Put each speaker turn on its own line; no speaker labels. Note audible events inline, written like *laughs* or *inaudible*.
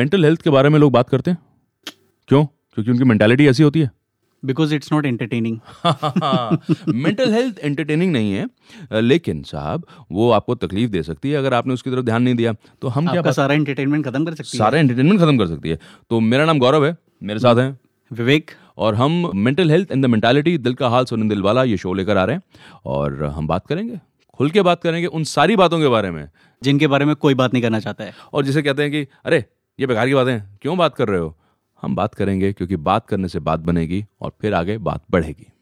Mental health के बारे में लोग बात करते हैं क्यों क्योंकि उनकी मेंटालिटी ऐसी *laughs* होती है
बिकॉज इट्स नॉट एंटरटेनिंग
हाँ। मेंटल हेल्थ एंटरटेनिंग नहीं है अ, लेकिन साहब वो आपको तकलीफ दे सकती है अगर आपने उसकी तरफ ध्यान नहीं दिया तो हम क्या
आपका
बात-
सारा एंटरटेनमेंट खत्म कर सकती है
सारा एंटरटेनमेंट खत्म कर सकती है तो मेरा नाम गौरव है मेरे साथ हैं
विवेक
और हम mental health and the mentality दिल का हाल सुनिल दिलवाला ये शो लेकर आ रहे हैं और हम बात करेंगे खुल के बात करेंगे उन सारी बातों के बारे में
जिनके बारे में कोई बात नहीं करना चाहता है
और जिसे कहते हैं कि अरे ये बेकार की बातें हैं, क्यों बात कर रहे हो हम बात करेंगे क्योंकि बात करने से बात बनेगी और फिर आगे बात बढ़ेगी